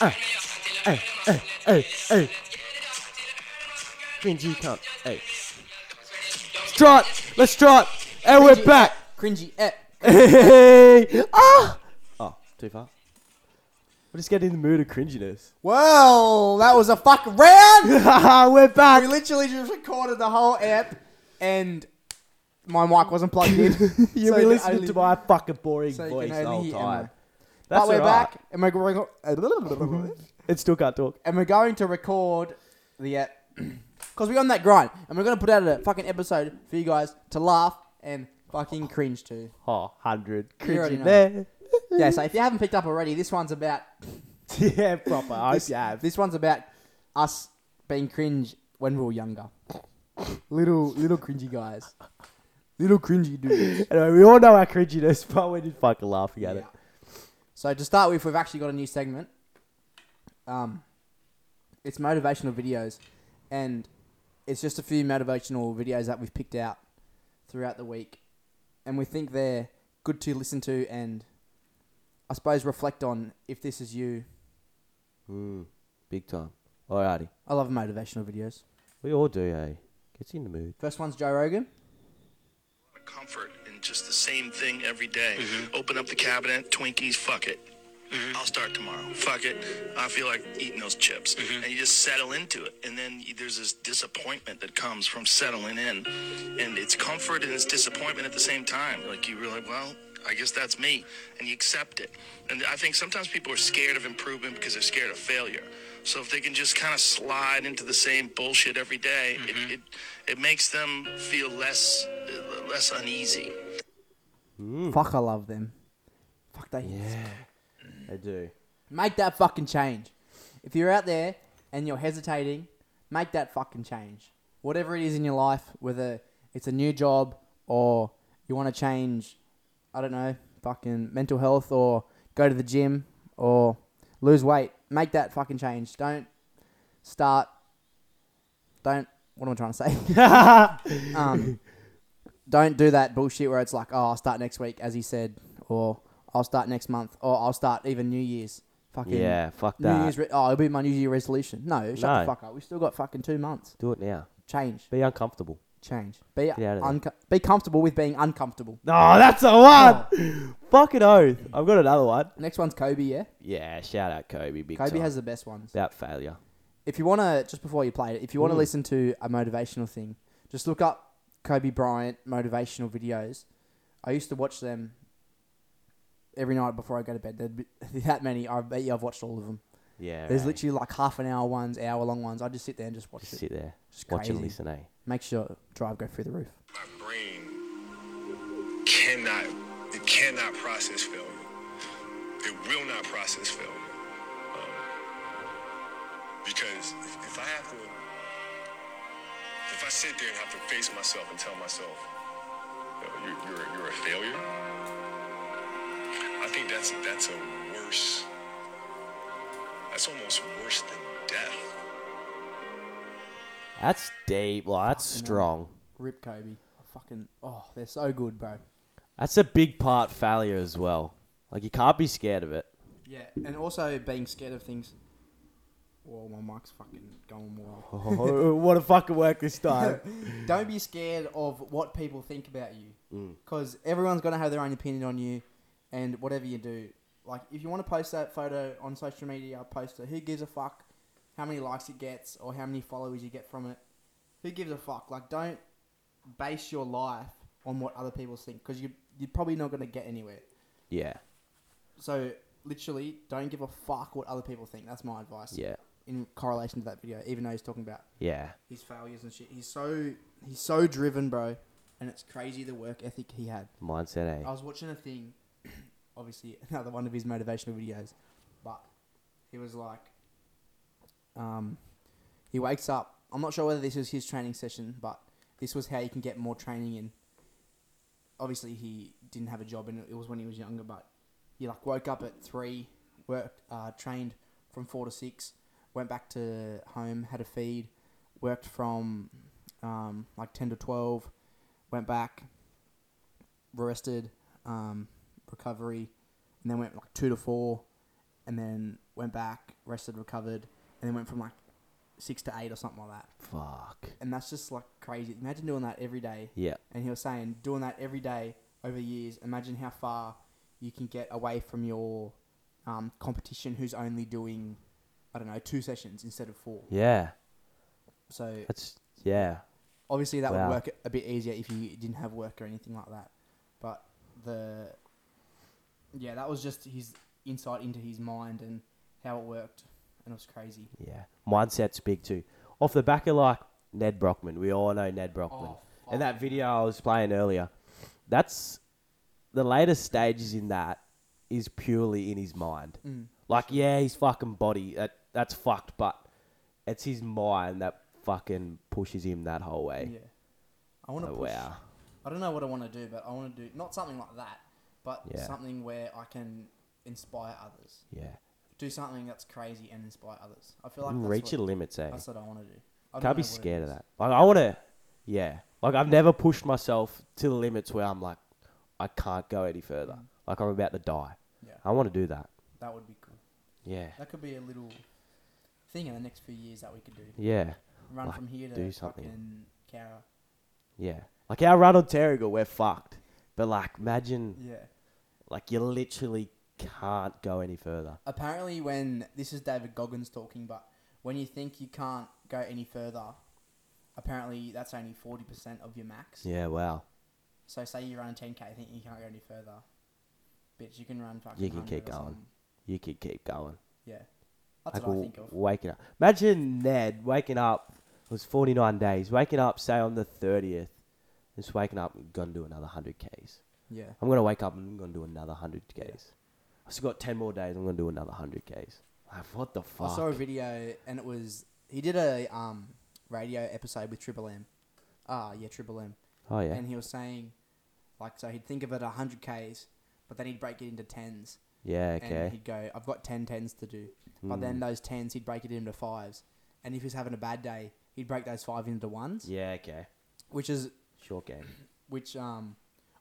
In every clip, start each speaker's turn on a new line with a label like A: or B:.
A: Hey, hey, hey, hey. Green G count. Hey. Trot. Let's trot. And we're
B: Cringy.
A: back.
B: Cringy. Eh.
A: Hey. Ah. Oh, too far. We're just getting in the mood of cringiness.
B: Well, that was a fuck round.
A: we're back.
B: we literally just recorded the whole app, and my mic wasn't plugged in.
A: You've
B: So
A: been
B: the
A: listening
B: only-
A: to my fucking boring
B: so you can
A: voice the
B: only
A: whole
B: hear
A: time.
B: Emma.
A: That's
B: but we're
A: alright.
B: back, and we're, going
A: It still can't talk.
B: and we're going to record the app because we're on that grind, and we're going to put out a fucking episode for you guys to laugh and fucking cringe to.
A: Oh, 100.
B: You already
A: Cringy
B: know.
A: there.
B: Yeah, so if you haven't picked up already, this one's about
A: yeah, proper. I hope
B: this,
A: you have.
B: this one's about us being cringe when we were younger. little little cringy guys. Little cringy dudes.
A: Anyway, we all know our cringiness, but we're just fucking laughing at it.
B: So to start with, we've actually got a new segment. Um, it's motivational videos, and it's just a few motivational videos that we've picked out throughout the week, and we think they're good to listen to and I suppose reflect on if this is you.
C: Mm, big time. Alrighty.
B: I love motivational videos.
C: We all do, eh? Gets you in the mood.
B: First one's Joe Rogan.
D: comfort in just the same thing every day. Open up the cabinet, Twinkies, fuck it. I'll start tomorrow. Fuck it. I feel like eating those chips. And you just settle into it. And then you- there's this disappointment that comes from settling in. And it's comfort and it's disappointment at the same time. Like you realize, well, I guess that's me. And you accept it. And I think sometimes people are scared of improvement because they're scared of failure. So if they can just kind of slide into the same bullshit every day, it, it, it makes them feel less less uneasy.
B: Fuck, I love them. Fuck, they
C: I do.
B: Make that fucking change. If you're out there and you're hesitating, make that fucking change. Whatever it is in your life, whether it's a new job or you want to change, I don't know, fucking mental health or go to the gym or lose weight, make that fucking change. Don't start. Don't. What am I trying to say? um, don't do that bullshit where it's like, oh, I'll start next week, as he said, or I'll start next month, or I'll start even New Year's. Fucking
C: Yeah, fuck
B: New
C: that.
B: Year's. Re- oh, it'll be my New Year resolution. No, shut the
C: No.
B: fuck up. We still got fucking two months.
C: Do it now.
B: Change,
C: Be uncomfortable.
B: change. Be
C: out of there.
B: unco- be comfortable with being uncomfortable.
A: Oh, that's a
C: Ah!
A: one. Fucking oath. I've got another one.
B: Next one's Kobe. Yeah,
C: Yeah, shout out Kobe. Big
B: Kobe
C: time.
B: has the best ones.
C: about failure.
B: If you want to, just before you play it, if you
C: Mm.
B: want to listen to a motivational thing, just look up Kobe Bryant motivational videos. I used to watch them every night before I go to bed. There'd be that many. I bet you I've watched all of them.
C: Yeah.
B: There's
C: right.
B: literally like half an hour ones, hour long ones. I just sit there and just watch
C: Just
B: it.
C: sit there.
B: Just
C: watch and
B: crazy.
C: listen, eh?
B: Make sure drive go through the roof.
E: My brain cannot, it cannot process failure. It will not process failure. Um, because if, if I have to, if I sit there and have to face myself and tell myself, "Yo, you're, you're, a- you're a failure, I think that's, that's a worse, that's almost worse than death.
C: That's deep. Like, that's strong.
B: Rip Kobe. Fucking oh, they're so good, bro.
C: That's a big part failure as well. Like you can't be scared of it.
B: Yeah, and also being scared of things. Whoa, my mic's fucking going wild.
A: Oh, what a fucking work this time.
B: Don't be scared of what people think about you, because everyone's gonna have their own opinion on you, and whatever you do, like if you want to post that photo on social media, post it. Who gives a fuck? How many likes it gets, or how many followers you get from it? Who gives a fuck? Like, don't base your life on what other people think, because you you're probably not gonna get anywhere.
C: Yeah.
B: So literally, don't give a fuck what other people think. That's my advice.
C: Yeah.
B: In correlation to that video, even though he's talking about
C: Yeah.
B: his failures and shit, he's so he's so driven, bro, and it's crazy the work ethic he had.
C: Mindset,
B: I
A: Oh.
C: eh?
B: was watching a thing, obviously another one of his motivational videos, but he was like, um, he wakes up. I'm not sure whether this was his training session, but this was how you can get more training in. Obviously, he didn't have a job, and it was when he was younger. But he like woke up at three, worked, uh, trained from four to six, went back to home, had a feed, worked from um, like 10 to 12. Went back, rested, um, recovery, and then went like 2 to 4. And then went back, rested, recovered, and then went from like 6 to 8 or something like that.
C: Fuck.
B: And that's just like crazy. Imagine doing that every day.
C: Yeah.
B: And he was saying, doing that every day over the years, imagine how far you can get away from your um, competition who's only doing, I don't know, two sessions instead of four.
C: Yeah.
B: So
C: That's yeah.
B: obviously that
C: Wow.
B: would work a bit easier if you didn't have work or anything like that. But the, yeah, that was just his insight into his mind and how it worked. And it was crazy.
C: Yeah. Mindset's big too. Off the back of like Ned Brockman, we all know Ned Brockman.
B: Oh, fuck.
C: and that video I was playing earlier, that's the latest stages in that is purely in his mind.
B: Mm.
C: Like, yeah, his fucking body that that's fucked, but it's his mind that fucking pushes him that whole way.
B: Yeah. I want to
C: Oh,
B: push.
C: wow.
B: I don't know what I want to do, but I want to do not something like that, but
C: Yeah.
B: something where I can inspire others.
C: Yeah.
B: Do something that's crazy and inspire others. I feel like
C: You
B: that's
C: reach
B: what,
C: your limits, eh?
B: That's what I want to do. I don't
C: Can't
B: know
C: be
B: what it
C: scared of
B: is.
C: that. Like I want to, yeah. Like I've never pushed myself to the limits where I'm like, I can't go any further. Like I'm about to die.
B: Mm. Yeah,
C: I want to do that.
B: that would be cool.
C: Yeah,
B: That could be a little thing in the next few years that we could do.
C: yeah,
B: Run
C: Like,
B: from here to
C: do something.
B: fucking Cara.
C: yeah. Like our run on Terrigal, we're fucked. But like, imagine
B: Yeah.
C: like you literally can't go any further.
B: apparently when this is David Goggins talking, but when you think you can't go any further, apparently that's only forty percent of your max.
C: Yeah, wow.
B: So say you run ten k, think you can't go any further. Bitch, you can run fucking.
C: You can
B: 100
C: keep
B: or
C: going.
B: something.
C: You could keep going.
B: Yeah, that's
C: like
B: what I
C: w-
B: think of.
C: waking up. Imagine Ned waking up. It was 49 days. Waking up, say on the 30th, just waking up and gonna do another 100 k's.
B: Yeah,
C: I'm gonna wake up and I'm gonna do another hundred k's. I still got ten more days. I'm gonna do another hundred k's. Like what the fuck?
B: I saw a video and it was he did a um radio episode with Triple M. Ah, yeah, Triple M.
C: oh yeah,
B: and he was saying, like, so he'd think of it hundred k's, but then he'd break it into tens.
C: yeah,
B: and
C: okay, Hmm.
B: he'd go, I've got 10 tens to do. But then those tens, he'd break it into fives. And if he was having a bad day, he'd break those five into ones,
C: Hmm. yeah, okay.
B: which is,
C: Short game.
B: which um,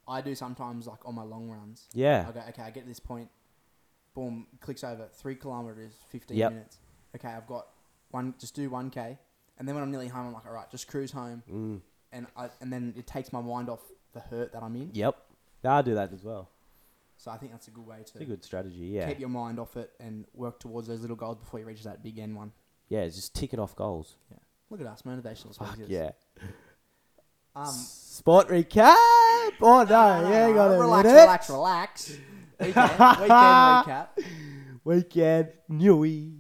B: I do sometimes like on my long runs.
C: Yeah,
B: I go, okay, I get to this point, boom, clicks over, three kilometers, 15
C: Yep.
B: minutes. Okay, I've got one, just do 1K. And then when I'm nearly home, I'm like, all right, just cruise home.
C: Mm.
B: And, I, and then it takes my mind off the hurt that I'm in.
C: yep. No, I do that as well.
B: So I think that's a good way
C: It's a
B: to
C: good strategy. Yeah,
B: keep your mind off it and work towards those little goals before you reach that big end one.
C: yeah. It's just ticking off goals.
B: Look at us, motivational
C: Fuck
B: speakers.
C: yeah.
B: Um,
C: Sport recap. Oh no, yeah, you got a
B: relax,
C: minute.
B: relax, relax. Weekend, weekend recap.
C: Weekend, Newey.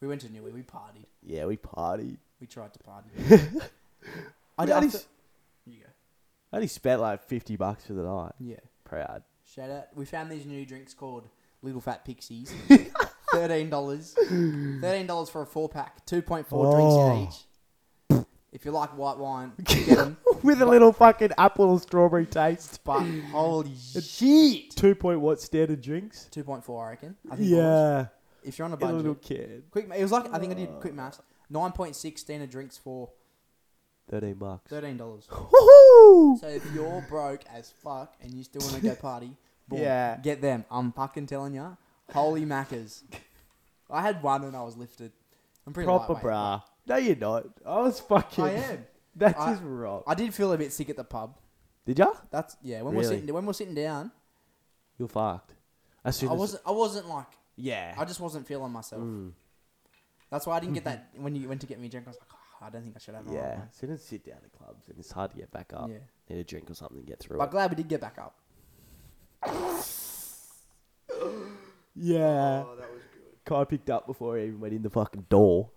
B: We went to Newey. We partied.
C: Yeah, we party.
B: We tried to party.
C: I,
B: don't-
C: only,
B: I
C: s-
B: You go.
C: I only spent like fifty bucks for the night.
B: Yeah.
C: Proud.
B: Shout out. We found these new drinks called Little Fat Pixies. Thirteen dollars. Thirteen dollars for a four pack. Two point four
C: Oh.
B: drinks in each. If you like white wine, get them.
C: With a little fucking apple or strawberry taste.
B: But holy
C: Shit. Two point what standard drinks?
B: Two point four, I reckon. I think it was.
C: Yeah.
B: If you're on a
C: A
B: budget,
C: little kid.
B: quick. ma- It was like I think I did
C: Ah.
B: quick maths. Nine point six standard drinks for
C: Thirteen bucks.
B: thirteen dollars.
C: Woohoo!
B: So if you're broke as fuck and you still want to go party, boom,
C: Yeah.
B: get them. I'm fucking telling ya, holy mackers. I had one and I was lifted. I'm pretty
C: Proper
B: lightweight.
C: bra. No, you're not. I was fucking.
B: I am.
C: That's
B: I-
C: just wrong.
B: I did feel a bit sick at the pub.
C: Did ya?
B: That's yeah. When we're
C: Really?
B: sitting when we're sitting down,
C: You're fucked. As soon
B: I
C: as
B: wasn't I wasn't like
C: Yeah.
B: I just wasn't feeling myself.
C: Mm.
B: That's why I didn't get that when you went to get me a drink. I was like, "Oh, I don't think I should have. a
C: yeah.
B: one."
C: As soon as you sit down at clubs and it's hard to get back up.
B: Yeah.
C: Need a drink or something to get through
B: But
C: it.
B: glad we did get back up.
C: Yeah. Oh, that was good. Kai picked up before he even went in the fucking door.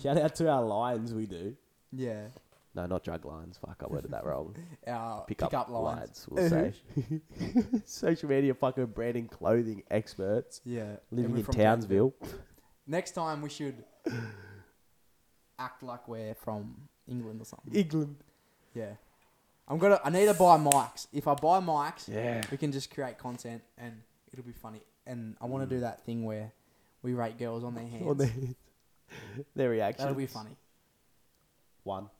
C: Shout out to our lions we do.
B: Yeah.
C: No, not drug lines. Fuck, I worded that wrong.
B: Our
C: pick, up, lines. we'll
B: Uh-huh.
C: say. Social media fucking brand and clothing experts
B: Yeah.
C: living
B: Everyone
C: in
B: from
C: Townsville.
B: Next time we should act like we're from England or something.
C: England.
B: Yeah. I'm gonna I need to buy mics. If I buy mics,
C: Yeah.
B: we can just create content and it'll be funny. And I
C: Mm.
B: wanna do that thing where we rate girls on their hands.
C: On their, their reaction.
B: That'll be funny.
C: One.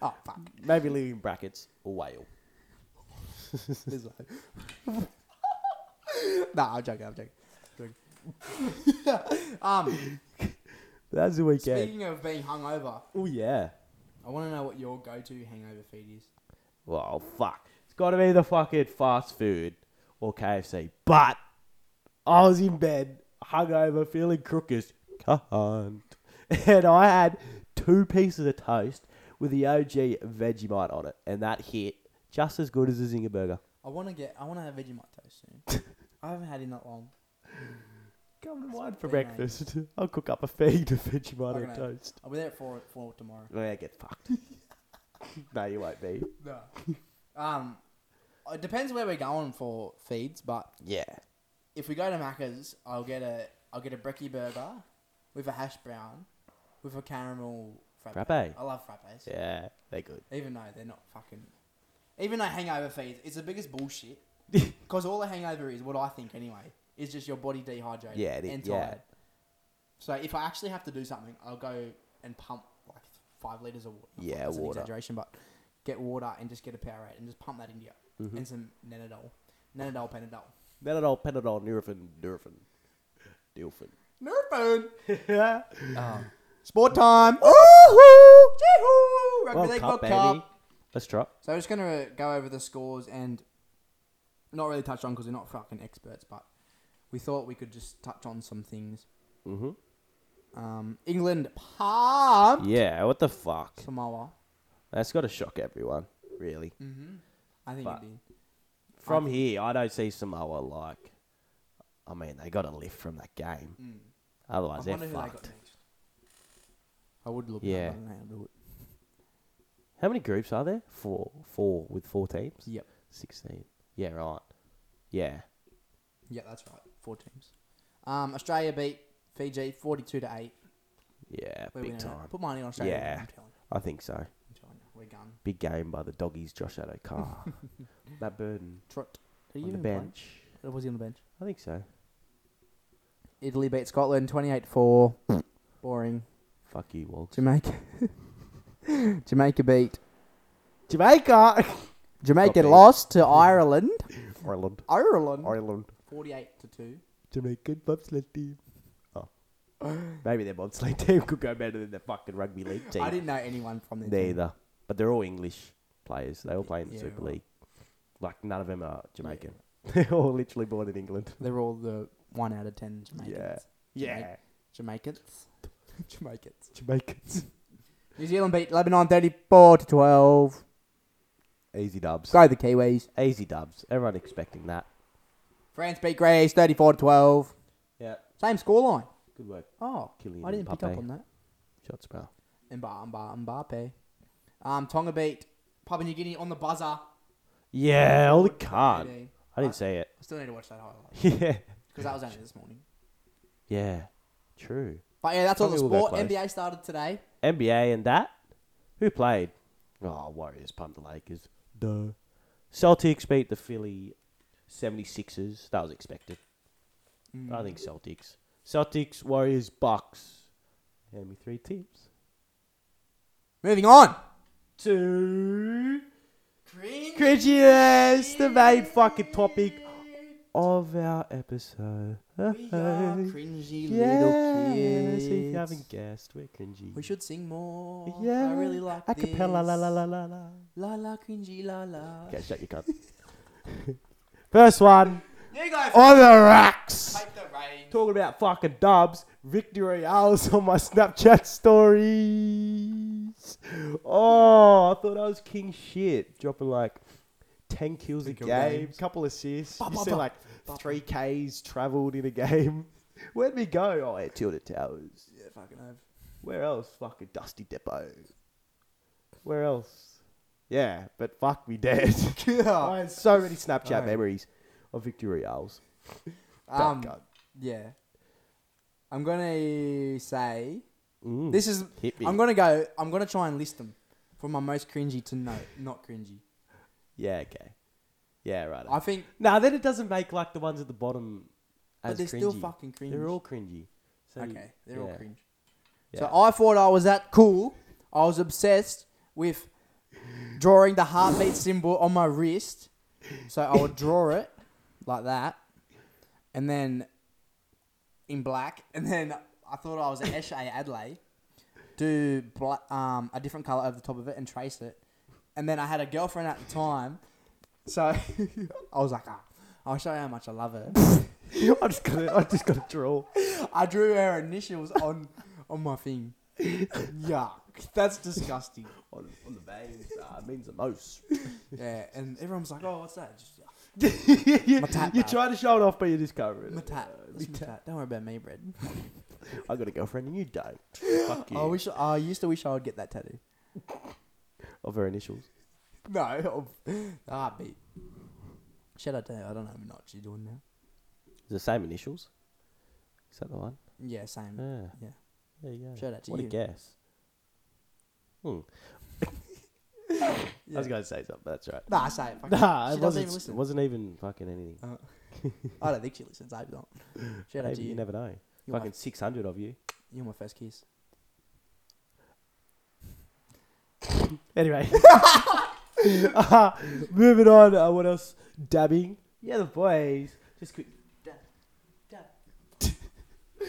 B: Oh fuck.
C: Maybe leave in brackets whale.
B: Lizzo. nah, I'm joking. I'm joking. Joking. um,
C: That's the weekend.
B: speaking of being hungover,
C: Oh yeah.
B: I want to know what your go-to hangover feed is.
C: Well, fuck. It's got to be the fucking fast food or KFC. But I was in bed, hungover, feeling crook as cunt. And I had two pieces of toast with the OG Vegemite on it. And that hit just as good as a Zinger Burger.
B: I want to get. I want to have Vegemite toast soon. I haven't had it in that long.
C: Come to mine for
B: pretty
C: breakfast. I'll cook up a feed of Vegemite
B: Fucking
C: and
B: hell.
C: toast.
B: I'll be there at four, four tomorrow.
C: Yeah, get fucked. no, you won't be.
B: No. um, it depends where we're going for feeds, but
C: Yeah.
B: if we go to Macca's, I'll get a I'll get a brekkie burger with a hash brown with a caramel frappe.
C: Frappe.
B: I love frappes.
C: Yeah, they're good.
B: Even though they're not fucking. Even though hangover feeds, it's the biggest bullshit. Because all a hangover is, what I think anyway, is just your body dehydrated
C: Yeah, it is,
B: and
C: yeah.
B: tired. So if I actually have to do something, I'll go and pump like five litres of water.
C: Yeah,
B: That's
C: water.
B: an exaggeration, but get water and just get a Powerade and just pump that into you.
C: Mm-hmm.
B: And some Nenadol. Nenadol, Panadol.
C: Benadol, Penadol, Nurofen, Nurofen, Dilfen.
B: Nerfone!
C: Yeah.
B: Sport time!
C: Woohoo!
B: Yee-hoo! Rugby
C: World
B: League
C: Cup,
B: World
C: baby.
B: Cup.
C: Let's drop.
B: So I'm just gonna go over the scores and not really touch on because we're not fucking experts, but we thought we could just touch on some things.
C: Mm-hmm.
B: Um, England palm
C: Yeah, what the fuck?
B: Samoa. Mm-hmm.
C: That's got to shock everyone, really.
B: I think
C: But-
B: it did.
C: From here, I don't see Samoa like. I mean, they got a lift from that game.
B: Mm. I
C: Otherwise,
B: wonder
C: they're
B: who they got
C: fucked.
B: next. I would look.
C: Yeah.
B: I don't know how to do it.
C: How many groups are there? Four. Four with four teams?
B: Yep.
C: 16. Yeah, right. Yeah.
B: Yeah, that's right. Four teams. Um, Australia beat Fiji forty-two to eight.
C: Yeah,
B: We're
C: big
B: winning it.
C: time.
B: Put money on Australia.
C: Yeah.
B: I'm telling you.
C: I think so.
B: I'm telling you. We're gone.
C: Big game by the doggies, Josh Adokar. Matt Burden
B: Trot. Did
C: on the
B: even
C: bench.
B: Play? Or Was he on the bench?
C: I think so.
B: Italy beat Scotland twenty-eight four. Boring.
C: Fuck you, Wogs.
B: Jamaica. Jamaica beat.
C: Jamaica!
B: Jamaica
C: beat.
B: lost to Ireland.
C: Ireland.
B: Ireland.
C: Ireland.
B: 48 to 2.
C: Mm. Jamaican bobsled team. Oh. Maybe their bobsled team could go better than their fucking rugby league team.
B: I didn't know anyone from there.
C: Neither. But they're all English players. They all play in the
B: Yeah,
C: Super
B: right.
C: League. Like, none of them are Jamaican. They're all literally born in England.
B: They're all the 1 out of 10 Jamaicans.
C: Yeah.
B: Yeah. Jamaicans. Jamaicans.
C: Jamaicans.
B: New Zealand beat Lebanon 34 to 12.
C: Easy dubs.
B: Go the Kiwis.
C: Easy dubs. Everyone expecting that.
B: France beat Greece 34 to 12.
C: Yeah.
B: Same scoreline.
C: Good work.
B: Oh,
C: Kylian
B: I didn't pick
C: Mbappe.
B: up on that.
C: Shots, bro.
B: Mbappe, Mbappe, Mbappe. Um, Tonga beat Papua New Guinea on the buzzer.
C: Yeah, all the card.
B: 18.
C: I didn't see it.
B: I still need to watch that highlight
C: Yeah.
B: because that was only this morning.
C: Yeah. True.
B: But yeah, that's all the
C: Probably will go
B: sport.
C: close.
B: NBA started today.
C: NBA and that. Who played? Oh, Warriors pumped the Lakers. Duh. Celtics beat the Philly 76ers. That was expected.
B: Mm.
C: I think Celtics. Celtics, Warriors, Bucks. Hand me three tips.
B: Moving on.
C: Two. Cringiness, the main fucking topic of our episode.
B: We are cringy
C: Yes,
B: little kids.
C: if you haven't guessed, we're cringy.
B: We should sing more.
C: Yeah.
B: I really like
C: Acapella, la la
B: this.
C: la la la.
B: La la cringy la la.
C: Okay, shut your cunt. First one
B: You go f-
C: on the racks.
B: take the reins.
C: Talking about fucking dubs. Victor Real's on my Snapchat stories. Oh, I thought I was king shit. Dropping like 10 kills a
B: kill
C: game,
B: games.
C: couple assists.
B: Ba,
C: You
B: ba,
C: see
B: ba.
C: like 3Ks traveled in a game. Where'd we go? Oh, at Tilted Towers.
B: Yeah, fucking over.
C: Where else? Fucking Dusty Depot. Where else? Yeah, but fuck me dead. I had Oh, so many Snapchat
B: Alright.
C: memories of Victor Reals.
B: Um,
C: God.
B: yeah. I'm gonna say
C: Mm.
B: this is.
C: Hit me.
B: I'm gonna go. I'm gonna try and list them from my most cringy to no, not cringy.
C: Yeah, okay. Yeah, right.
B: I think,
C: Now then, it doesn't make like the ones at the bottom as
B: but they're
C: cringy.
B: still fucking cringy.
C: They're all cringy. So,
B: Okay, they're all
C: yeah.
B: cringe.
C: Yeah.
B: So I thought I was that cool. I was obsessed with drawing the heartbeat symbol on my wrist. So I would draw it like that, and then in black, and then I thought I was at Eshe Adelaide, do bla- um, a different color over the top of it and trace it, and then I had a girlfriend at the time, so I was like, ah, I'll show you how much I love her.
C: I just got I just got to draw.
B: I drew her initials on on my thing. Yuck, that's disgusting.
C: on, on the veins. Uh, it means the most.
B: Yeah, and everyone's like, "Oh, what's that?" Just "Yeah,
C: you,
B: tat
C: you
B: bad.
C: try to show it off, but you discover it.
B: my tat. That's my tat. Don't worry about me, Brad.
C: I got a girlfriend and you don't. Fuck you.
B: I wish. I used to wish I would get that tattoo.
C: of her initials.
B: No, of the heartbeat. Shout out to her. I don't know what she's doing now.
C: Is it the same initials? Is that the one?
B: Yeah, same.
C: Yeah.
B: Mm, yeah.
C: There you go.
B: Shout out to
C: what
B: you.
C: a guess. Hmm. I was going to say something, but that's right.
B: Nah, say it. fuck it.
C: Nah,
B: she
C: it
B: doesn't
C: wasn't,
B: even listen.
C: it wasn't even fucking anything.
B: I don't think she listens. I hope not. Shout out
C: Maybe
B: to
C: you.
B: you.
C: never know.
B: You're my-
C: fucking 600 of you.
B: You're my first kiss.
C: Anyway. moving on. Uh, what else? Dabbing. Yeah, the boys. Just quick.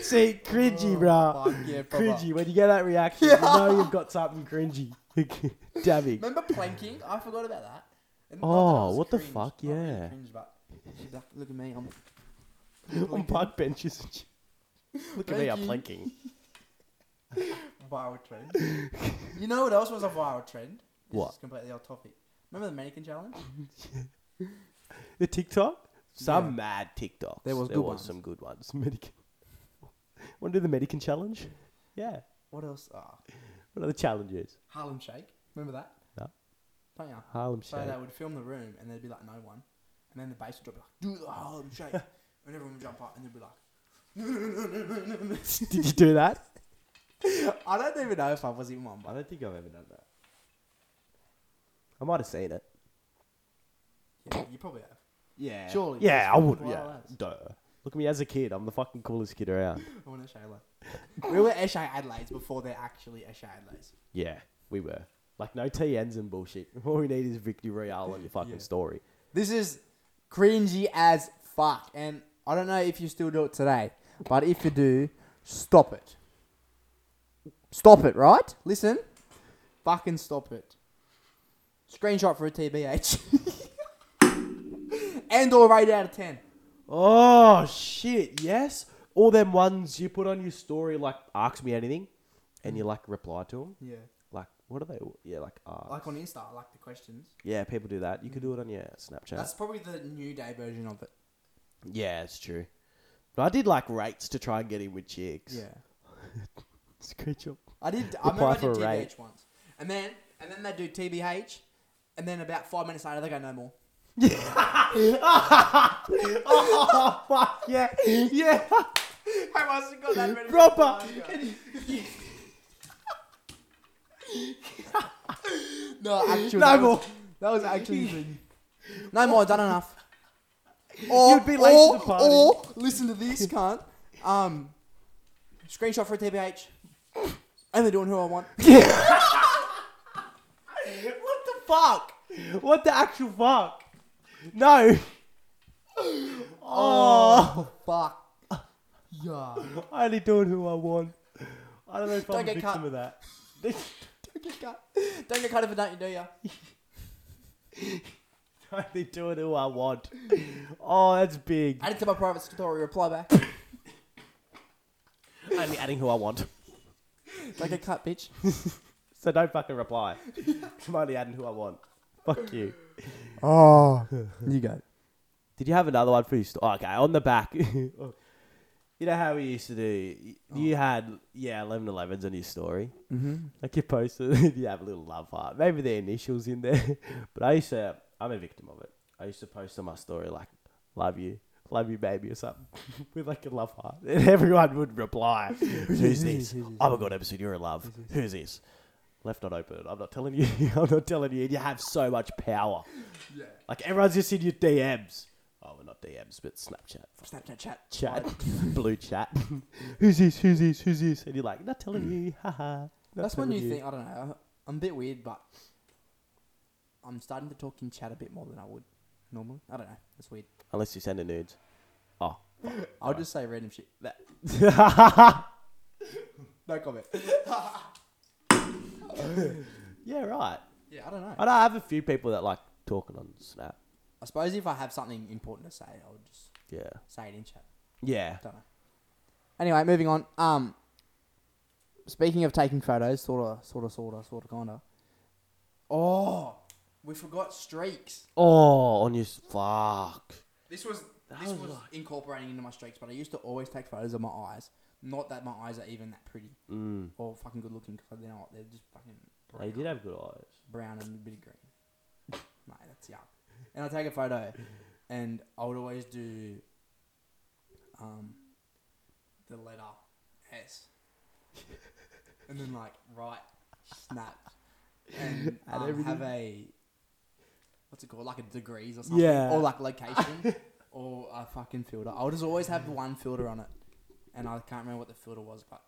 C: See, cringy, bruh.
B: Oh, Fuck yeah, proper.
C: Cringy. When you get that reaction, you know you've got something cringy. Dabbing.
B: Remember planking? I forgot about that. And not
C: Oh,
B: that I was
C: what the
B: cringe,
C: fuck,
B: not really
C: yeah.
B: cringe, but she's like, look at me. I'm
C: On park benches. and shit. Look at me, I'm
B: Planking.
C: planking.
B: viral trend. you know what else was a viral trend? This
C: What?
B: is completely off topic. Remember the mannequin challenge?
C: The TikTok? Some
B: Yeah.
C: mad TikToks.
B: There was
C: there
B: good
C: was
B: ones.
C: some good ones. Medican. Want to do the Medican challenge? Yeah.
B: What else? Ah,
C: What are the challenges?
B: Harlem Shake. Remember that?
C: No.
B: Don't ya?
C: Harlem
B: So
C: Shake.
B: they would film the room and there'd be like no one, and then the bass would drop like do the Harlem Shake, and everyone would jump up and they'd be like. "No, no, no, no, no, no, no,
C: Did you do that?
B: no." I don't even know if I was in one,
C: I
B: but
C: don't think I've ever done that. I might have seen it.
B: yeah, you probably have.
C: Yeah.
B: Surely.
C: Yeah,
B: That's
C: I would.
B: fucking
C: Yeah.
B: wild ass.
C: Duh. Look at me as a kid. I'm the fucking coolest kid around.
B: I want Eshe Adelaide. we were Eshe Adelaide's before they're actually Eshe Adelaide's.
C: Yeah, we were. Like, no TNs and bullshit. All we need is Victory Royale on your fucking
B: Yeah.
C: story.
B: This is cringy as fuck, and I don't know if you still do it today, but if you do, stop it. Stop it, right? Listen, fucking stop it. Screenshot for a TBH. and or rate out of ten.
C: Oh, shit. Yes. All them ones you put on your story, like, ask me anything, and you, like, reply to them.
B: Yeah,
C: Like, what are they? Yeah, like, ask.
B: like on Insta, I like the questions.
C: yeah, people do that. You could do it on your Snapchat.
B: That's probably the new day version of it.
C: yeah, it's true. But I did, like, rates to try and get in with chicks.
B: Yeah.
C: Screenshot.
B: I did. I remember
C: Apply
B: I did
C: for a
B: TBH
C: rate.
B: once, and then and then they do TBH, and then about five minutes later they go no more.
C: Yeah, yeah,
B: I must have got that ready.
C: proper.
B: No, actually,
C: No
B: that
C: more.
B: Was, that was actually the thing. No more. Done enough. Or,
C: You'd be late to
B: or-
C: the party.
B: Or listen to this, cunt. Um, screenshot for a TBH. Only doing who I want.
C: Fuck. What the actual fuck? No. Oh,
B: Fuck. Yeah.
C: I only doing who I want. I don't know if
B: Don't
C: I'm a
B: get
C: victim
B: cut.
C: of that.
B: Don't get cut. Don't get cut if I don't, you do ya?
C: I only doing who I want. Oh, that's big.
B: Add it to my private story. Reply back.
C: Only adding who I want.
B: Don't get cut, bitch.
C: So don't fucking reply. I'm only adding who I want. Fuck you.
B: Oh. You go.
C: Did you have another one for your store? okay, on the back. you know how we used to do? y- You had, yeah, 11 11s on your story. Oh. Mm-hmm. Like you posted, you have a little love heart. Maybe the initials in there. But I used to, I'm a victim of it. I used to post on my story, like, love you, love you, baby, or something, with like a love heart. And everyone would reply, who's this? Oh my God, Emerson, you're in love. Who's this? Left not open. I'm not telling you. I'm not telling you. And you have so much power. Like everyone's just in your DMs. Oh, we're not DMs, but Snapchat.
B: Snapchat chat.
C: Chat. Blue chat. who's this? Who's this? Who's this? And you're like, not telling Mm. you. Haha.
B: That's my new thing. I don't know. I'm a bit weird, but I'm starting to talk in chat a bit more than I would normally. I don't know. That's weird.
C: Unless you send a nudes. Oh.
B: I'll just say random shit. That. no comment.
C: Yeah, right.
B: Yeah, I don't know.
C: I know I have a few people that like talking on Snap.
B: I suppose if I have something important to say, I'll just
C: Yeah.
B: say it in chat.
C: Yeah.
B: Don't know. Anyway, moving on. Um, speaking of taking photos, sorta, sorta, sorta, sorta, kinda. Oh, we forgot streaks.
C: Oh, on your s- fuck.
B: This was this was, incorporating into my streaks, but I used to always take photos of my eyes. Not that my eyes are even that pretty
C: Mm.
B: or fucking good looking, because you know what, they're just fucking brown,
C: They did have good eyes.
B: brown and a bit of green. Mate, that's young. And I take a photo, and I would always do um, the letter S, and then like right snap, and um, have a what's it called, like a degrees or something,
C: Yeah.
B: or like location, or a fucking filter. I'll just always have the one filter on it, and I can't remember what the filter was, but.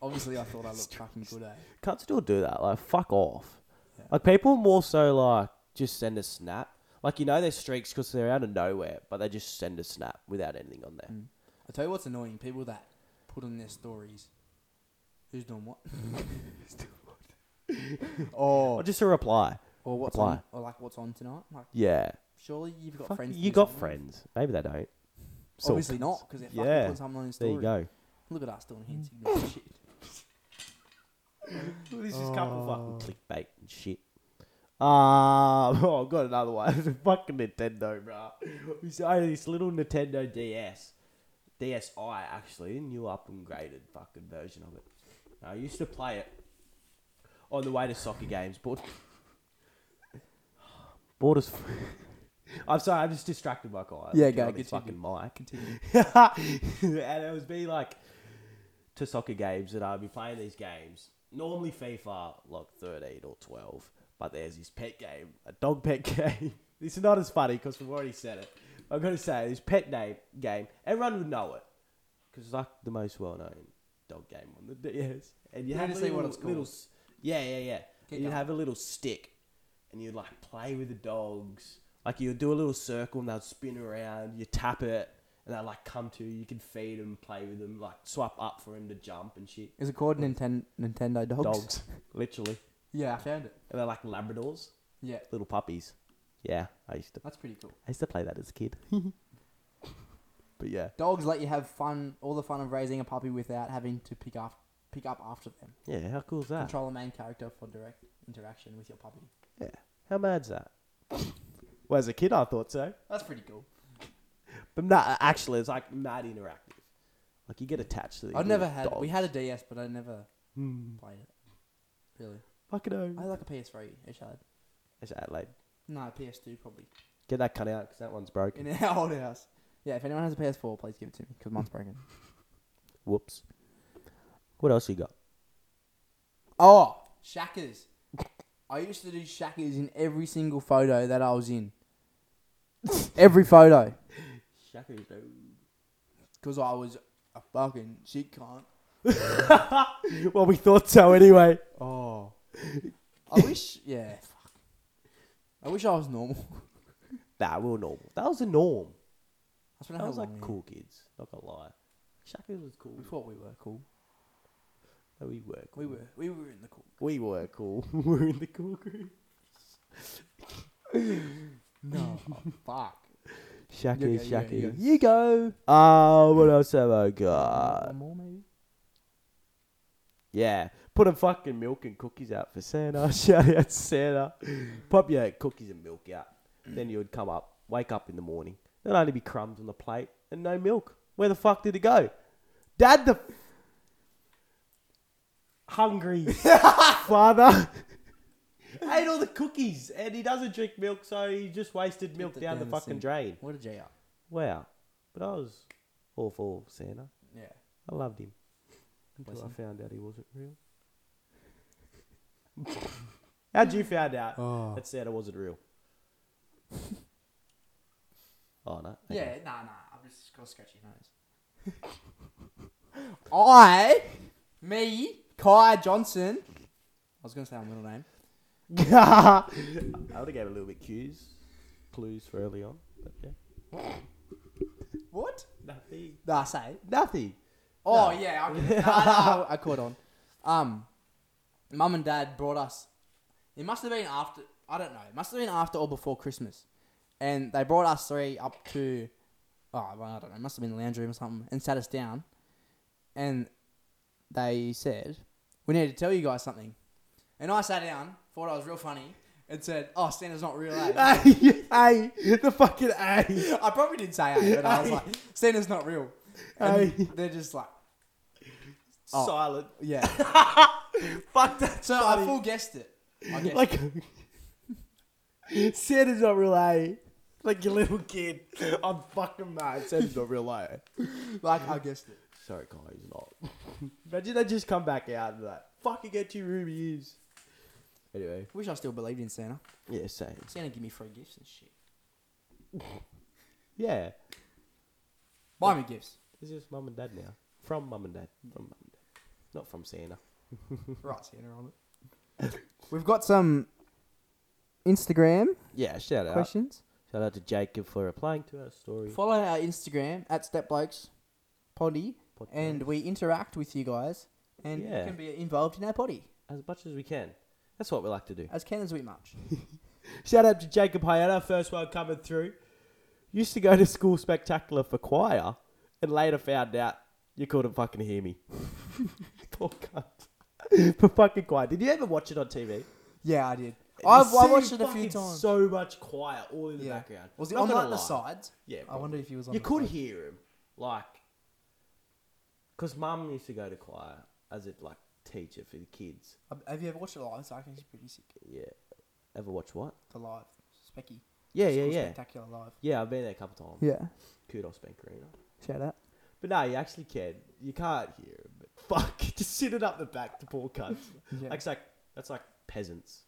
B: Obviously, I thought I looked fucking good, eh?
C: Can't still do that. Like, fuck off.
B: Yeah.
C: Like, people more so like just send a snap. Like, you know, they're streaks because they're out of nowhere, but they just send a snap without anything on there.
B: I tell you what's annoying: people that put on their stories, who's doing what,
C: Or just a reply.
B: or what's
C: Reply.
B: on, or like what's on tonight. Like,
C: Yeah.
B: surely you've got
C: Fuck,
B: friends.
C: you
B: doing
C: got
B: something.
C: friends. Maybe they don't. Sort of
B: Obviously
C: cunts.
B: not, because they're fucking
C: Yeah.
B: putting something on their
C: There
B: story.
C: you go.
B: Look at us doing hand signals and shit.
C: This is coming fucking Oh. clickbait and shit. Um, oh, I've got another one. It's a fucking Nintendo, bro. We saw this little Nintendo DS, DSi actually, new upgraded fucking version of it. I used to play it on the way to soccer games, but borders. I'm sorry, I'm just distracted by Kyle.
B: Yeah,
C: Get
B: go,
C: on this
B: continue.
C: fucking mic.
B: Continue.
C: and it would be like to soccer games that I'd be playing these games. Normally FIFA like thirteen or twelve, but there's this pet game, a dog pet game. this is not as funny because we've already said it. I'm gonna say this pet name game. Everyone would know it because it's like the most well known dog game on the DS. And you
B: We
C: have
B: need
C: to
B: to see what
C: little,
B: it's called.
C: little s- yeah, yeah, yeah.
B: Keep
C: And you'd
B: going.
C: have a little stick, and you'd like play with the dogs. Like you'd do a little circle, and they'd spin around. You tap it, and they would like come to you. You could feed them, play with them, like swap up for him to jump and shit.
B: Is it called Ninten- Nintendo Dogs?
C: Dogs, literally,
B: Yeah, I found it.
C: and they're like Labradors,
B: Yeah,
C: little puppies. Yeah, I used to,
B: that's pretty cool.
C: I used to play that as a kid. but yeah,
B: Dogs let you have fun, all the fun of raising a puppy without having to pick up, pick up after them.
C: yeah, how cool is that?
B: Control the main character for direct interaction with your puppy.
C: Yeah, how mad's that? well, as a kid, I thought so.
B: That's pretty cool.
C: But not actually, it's like mad interactive. Like you get attached to the.
B: I've never had. We had a DS, but I never played it. Really,
C: fucking
B: I
C: home.
B: like a PS3. Ish, I had.
C: It's Adelaide.
B: No, PS2 probably.
C: Get that cut out because that one's broken.
B: In our old house. Yeah, if anyone has a PS4, please give it to me because mine's broken.
C: Whoops. What else you got?
B: Oh, shackers. I used to do shackers in every single photo that I was in. every photo.
C: Shackers, bro.
B: Because I was a fucking shit cunt.
C: well, we thought so anyway.
B: Oh. I wish, yeah, fuck. I wish I was normal.
C: Nah, we were normal. That was the norm.
B: That's when I
C: That was
B: had
C: like
B: long hair.
C: cool kids. Not gonna lie. Shackers was cool.
B: We thought we were cool.
C: No, we were. Cool.
B: We were, we were in the cool.
C: We were cool. we were in the cool group.
B: No, oh, fuck.
C: Shackers,
B: yeah, yeah,
C: shackers.
B: yeah.
C: You go. Ah, what else have I got?
B: One more maybe.
C: Yeah. Put a fucking milk and cookies out for Santa. Shout out Santa. Pop your cookies and milk out. Then you would come up, wake up in the morning. There'd only be crumbs on the plate and no milk. Where the fuck did it go? Dad the hungry father ate all the cookies and he doesn't drink milk, so he just wasted milk
B: Put that
C: down, the, fucking
B: sink.
C: drain.
B: What a JR.
C: Wow. But I was all for Santa.
B: Yeah.
C: I loved him until
B: Bless
C: I found out he wasn't real. How'd you found out that Santa wasn't real? oh no. okay.
B: Yeah, nah, nah. I'm just gonna scratch your nose. I, me, Kai Johnson. I was gonna say my middle name.
C: I would have gave a little bit cues, clues for early on. But yeah,
B: What?
C: nothing.
B: Nah, say.
C: Nothing.
B: Oh yeah, I, get it. Nah, nah, I caught on. Um, mum and dad brought us. It must have been after. I don't know. It must have been after or before Christmas, and they brought us three up to. Oh, well, I don't know. It must have been the lounge room or something, and sat us down, and they said, "We need to tell you guys something," and I sat down, thought I was real funny, and said, "Oh, Santa's not real." Eh?
C: Hey, hey, the fucking hey.
B: I probably did say it, but I was like, Santa's not real. And
C: Hey.
B: they're just like,
C: Silent.
B: yeah.
C: Fuck that.
B: So I full guessed it. I guessed
C: Like, Santa's not real, eh? Like your little kid. I'm fucking mad. Santa's not real, eh?
B: it. Like I guessed it.
C: Sorry, guys, not. Imagine they just come back out and be like, fucking get your room ears. Anyway,
B: Wish I still believed in Santa.
C: yeah, same.
B: Santa give me free gifts and shit.
C: Yeah,
B: Buy me gifts.
C: this is mum and dad now. From mum and dad. From mum and dad. Not from Santa.
B: Right, Santa on it. We've got some Instagram
C: Yeah, shout out.
B: questions.
C: Shout out to Jacob for replying to our story.
B: Follow our Instagram at StepBlokes Poddy,
C: Podcast.
B: and we interact with you guys, and
C: Yeah.
B: you can be involved in our poddy
C: as much as we can. That's what we like to do.
B: as can as we much.
C: Shout out to Jacob Hayata, first one coming through. Used to go to school spectacular for choir and later found out you couldn't fucking hear me. Poor cunt. for fucking choir. Did you ever watch it on TV?
B: yeah, I did. I've,
C: You
B: I
C: see
B: watched it a
C: fucking
B: few times.
C: So much choir all in the
B: yeah.
C: background.
B: Was he
C: Not
B: on
C: gonna
B: like the
C: lie.
B: sides?
C: Yeah,
B: I
C: probably.
B: wonder if he was on
C: You
B: the
C: could
B: sides.
C: hear him. Like, because mum used to go to choir as a like teacher for the kids.
B: Have you ever watched it live? It's actually pretty sick.
C: Yeah. Ever watch what?
B: The live. Specky.
C: Yeah, yeah,
B: School
C: yeah.
B: Spectacular live.
C: Yeah, I've been there a couple times.
B: Yeah.
C: Kudos, Bankarina.
B: Shout out.
C: But no, you actually can. You can't hear him. But fuck, just sit it up the back to poor cunts.
B: Yeah.
C: That's like that's like peasants.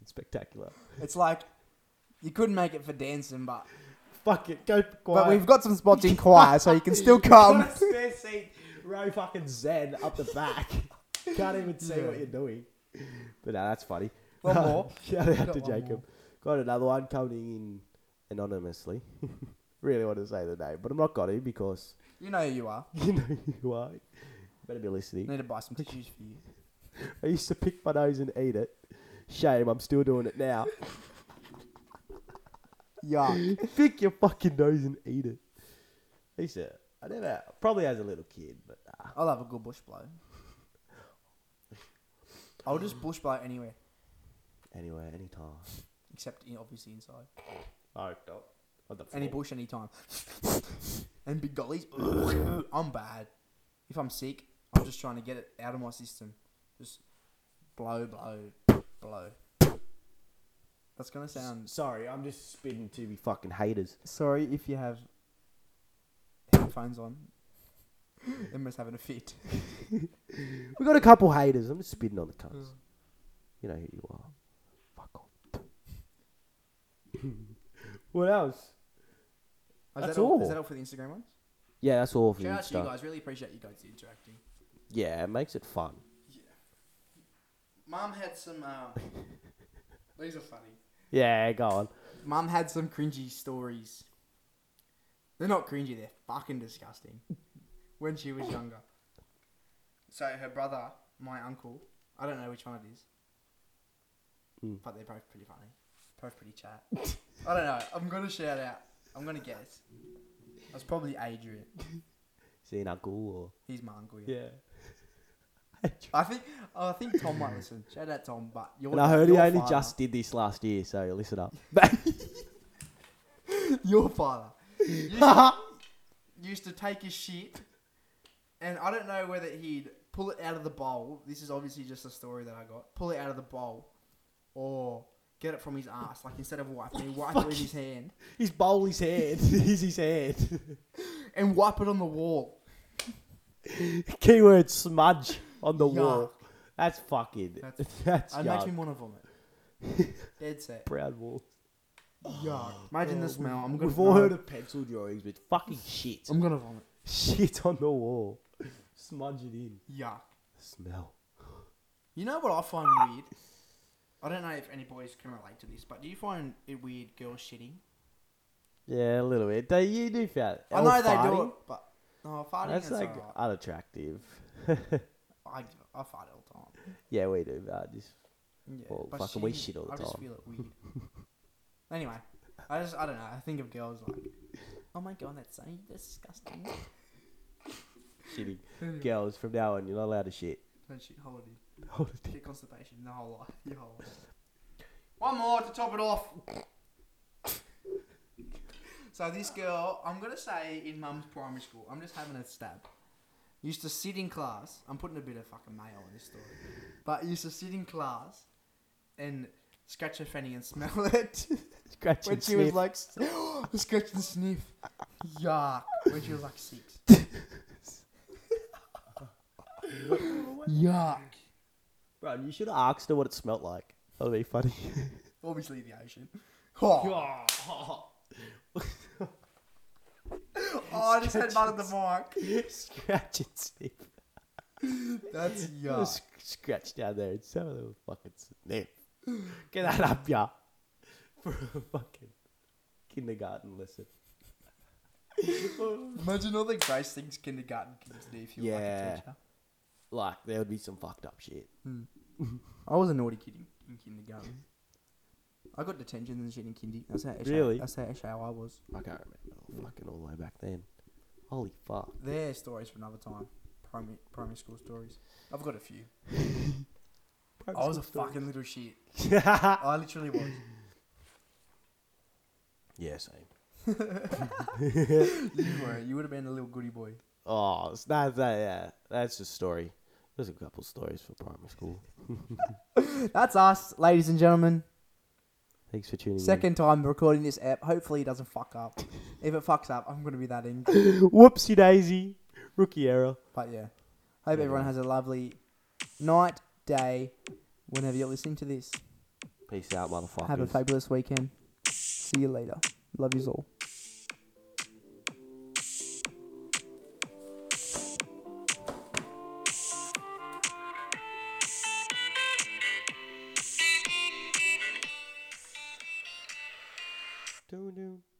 C: It's spectacular.
B: It's like you couldn't make it for dancing, but
C: Fuck it, go quiet.
B: but we've got some spots in choir, so you can still come.
C: got a spare seat row fucking Zen up the back. Can't even see what you're doing. But no, that's funny.
B: One more.
C: Shout out
B: Got
C: to
B: one more.
C: Jacob. Got another one coming in anonymously. really want to say the name, but I'm not going to because
B: you know who you are.
C: you know who you are. Better be listening.
B: Need to buy some tissues for you.
C: I used to pick my nose and eat it. Shame, I'm still doing it now.
B: Yeah.
C: pick your fucking nose and eat it. He said, I never, probably as a little kid, but uh, nah.
B: I'll have a good bush blow. I'll just bush blow anywhere,
C: Anyway, anytime.
B: except in, obviously inside.
C: Oh, no. On the
B: Any
C: floor.
B: bush, any time. and big gullies. I'm bad. If I'm sick, I'm just trying to get it out of my system. Just blow, blow, blow. That's gonna sound
C: Sorry, I'm just spitting to be fucking haters.
B: Sorry if you have headphones on. Emma's having a fit.
C: We got a couple haters. I'm just spitting on the cunts.
B: Hmm.
C: You know who you are. Fuck off. what else?
B: Is
C: That's
B: that all.
C: all.
B: Is that all for the Instagram ones?
C: Yeah, that's all for
B: Shout out to you
C: Insta.
B: guys. Really appreciate you guys interacting.
C: Yeah, it makes it fun.
B: Mum had some. Um, these are funny.
C: Yeah, go on.
B: Mum had some cringy stories. They're not cringy. They're fucking disgusting. When she was younger. So her brother, my uncle, I don't know which one it is,
C: Mm.
B: but they're both pretty funny. Both pretty chat. I don't know. I'm gonna shout out. I'm gonna guess. That's probably Adrian.
C: See an uncle or.
B: He's my uncle. Yeah.
C: Yeah.
B: I think. Oh, I think Tom might listen. Shout out Tom. But you're.
C: And I heard he
B: your
C: only
B: father-
C: just did this last year, so listen up.
B: Your father used to, used to take his shit, and I don't know whether he'd pull it out of the bowl. This is obviously just a story that I got. Pull it out of the bowl, or get it from his ass. Like instead of wiping, he wiped it with his hand
C: His bowl, his hand, is his hand.
B: and wipe it on the wall.
C: Keyword smudge on the wall.
B: Yuck.
C: That's fucking. That's,
B: That's- It
C: yuck.
B: makes me want to vomit. Dead set.
C: Proud wall.
B: Yuck. Imagine the smell. I'm gonna.
C: We've all heard
B: no,
C: of pencil drawings, but fucking shit.
B: I'm gonna vomit.
C: Shit on the wall. Smudge it in.
B: Yuck.
C: Smell.
B: You know what I find weird? I don't know if any boys can relate to this, but do you find it weird girls shitting?
C: Yeah, a little bit. Do you do fat?
B: I know they do it, but no, farting
C: That's
B: is
C: like
B: alright.
C: unattractive.
B: I, I fart all the time.
C: yeah, we do. Uh, just
B: Yeah,
C: Well,
B: but
C: fucking we
B: shitting,
C: shit all the
B: I just
C: time.
B: feel it weird. anyway, I just I don't know. I think of girls like, oh my god, that's so that's disgusting.
C: shitting. Girls, from now on, you're not allowed to shit.
B: Then she hold it,
C: Hold it.
B: get constipation the whole life, your whole life. One more to top it off. so this girl, I'm gonna say in mum's primary school, I'm just having a stab. Used to sit in class. I'm putting a bit of fucking mayo on this story, but used to sit in class and scratch her fanny and smell it.
C: Scratch
B: when
C: and
B: she was
C: sniff.
B: like s- scratch and sniff. Yuck. When she was like six. Yuck.
C: Bro, you should have asked her what it smelt like. That would be funny.
B: Obviously the ocean. Oh, oh, I just had mud on the mic.
C: Scratch and sniff.
B: That's yuck.
C: Just scratch down there and some little fucking sniff. Get that up, ya. For a fucking kindergarten lesson.
B: Imagine all the gross things kindergarten kids do if you were like
C: Yeah.
B: a teacher.
C: Like, there would be some fucked up shit.
B: I was a naughty kid in, in kindergarten. I got detentions and shit in kindy. That's how
C: Really?
B: That's how SHO I was.
C: I can't remember. Fucking all the way back then. Holy fuck.
B: They're stories for another time. Primary, primary school stories. I've got a few. I was a fucking little shit. I literally was.
C: Yeah, same.
B: You were. You would have been a little goody boy.
C: Oh, it's not that. Yeah, that's a story. There's a couple stories for primary school.
F: That's us, ladies and gentlemen.
C: Thanks for tuning
F: Second time recording this app. Hopefully it doesn't fuck up. If it fucks up, I'm gonna be that angry.
C: in. Whoopsie daisy. Rookie error.
F: But yeah, hope everyone has a lovely night, day, whenever you're listening to this.
C: Peace out, motherfuckers.
F: Have a fabulous weekend. See you later. Love yous all.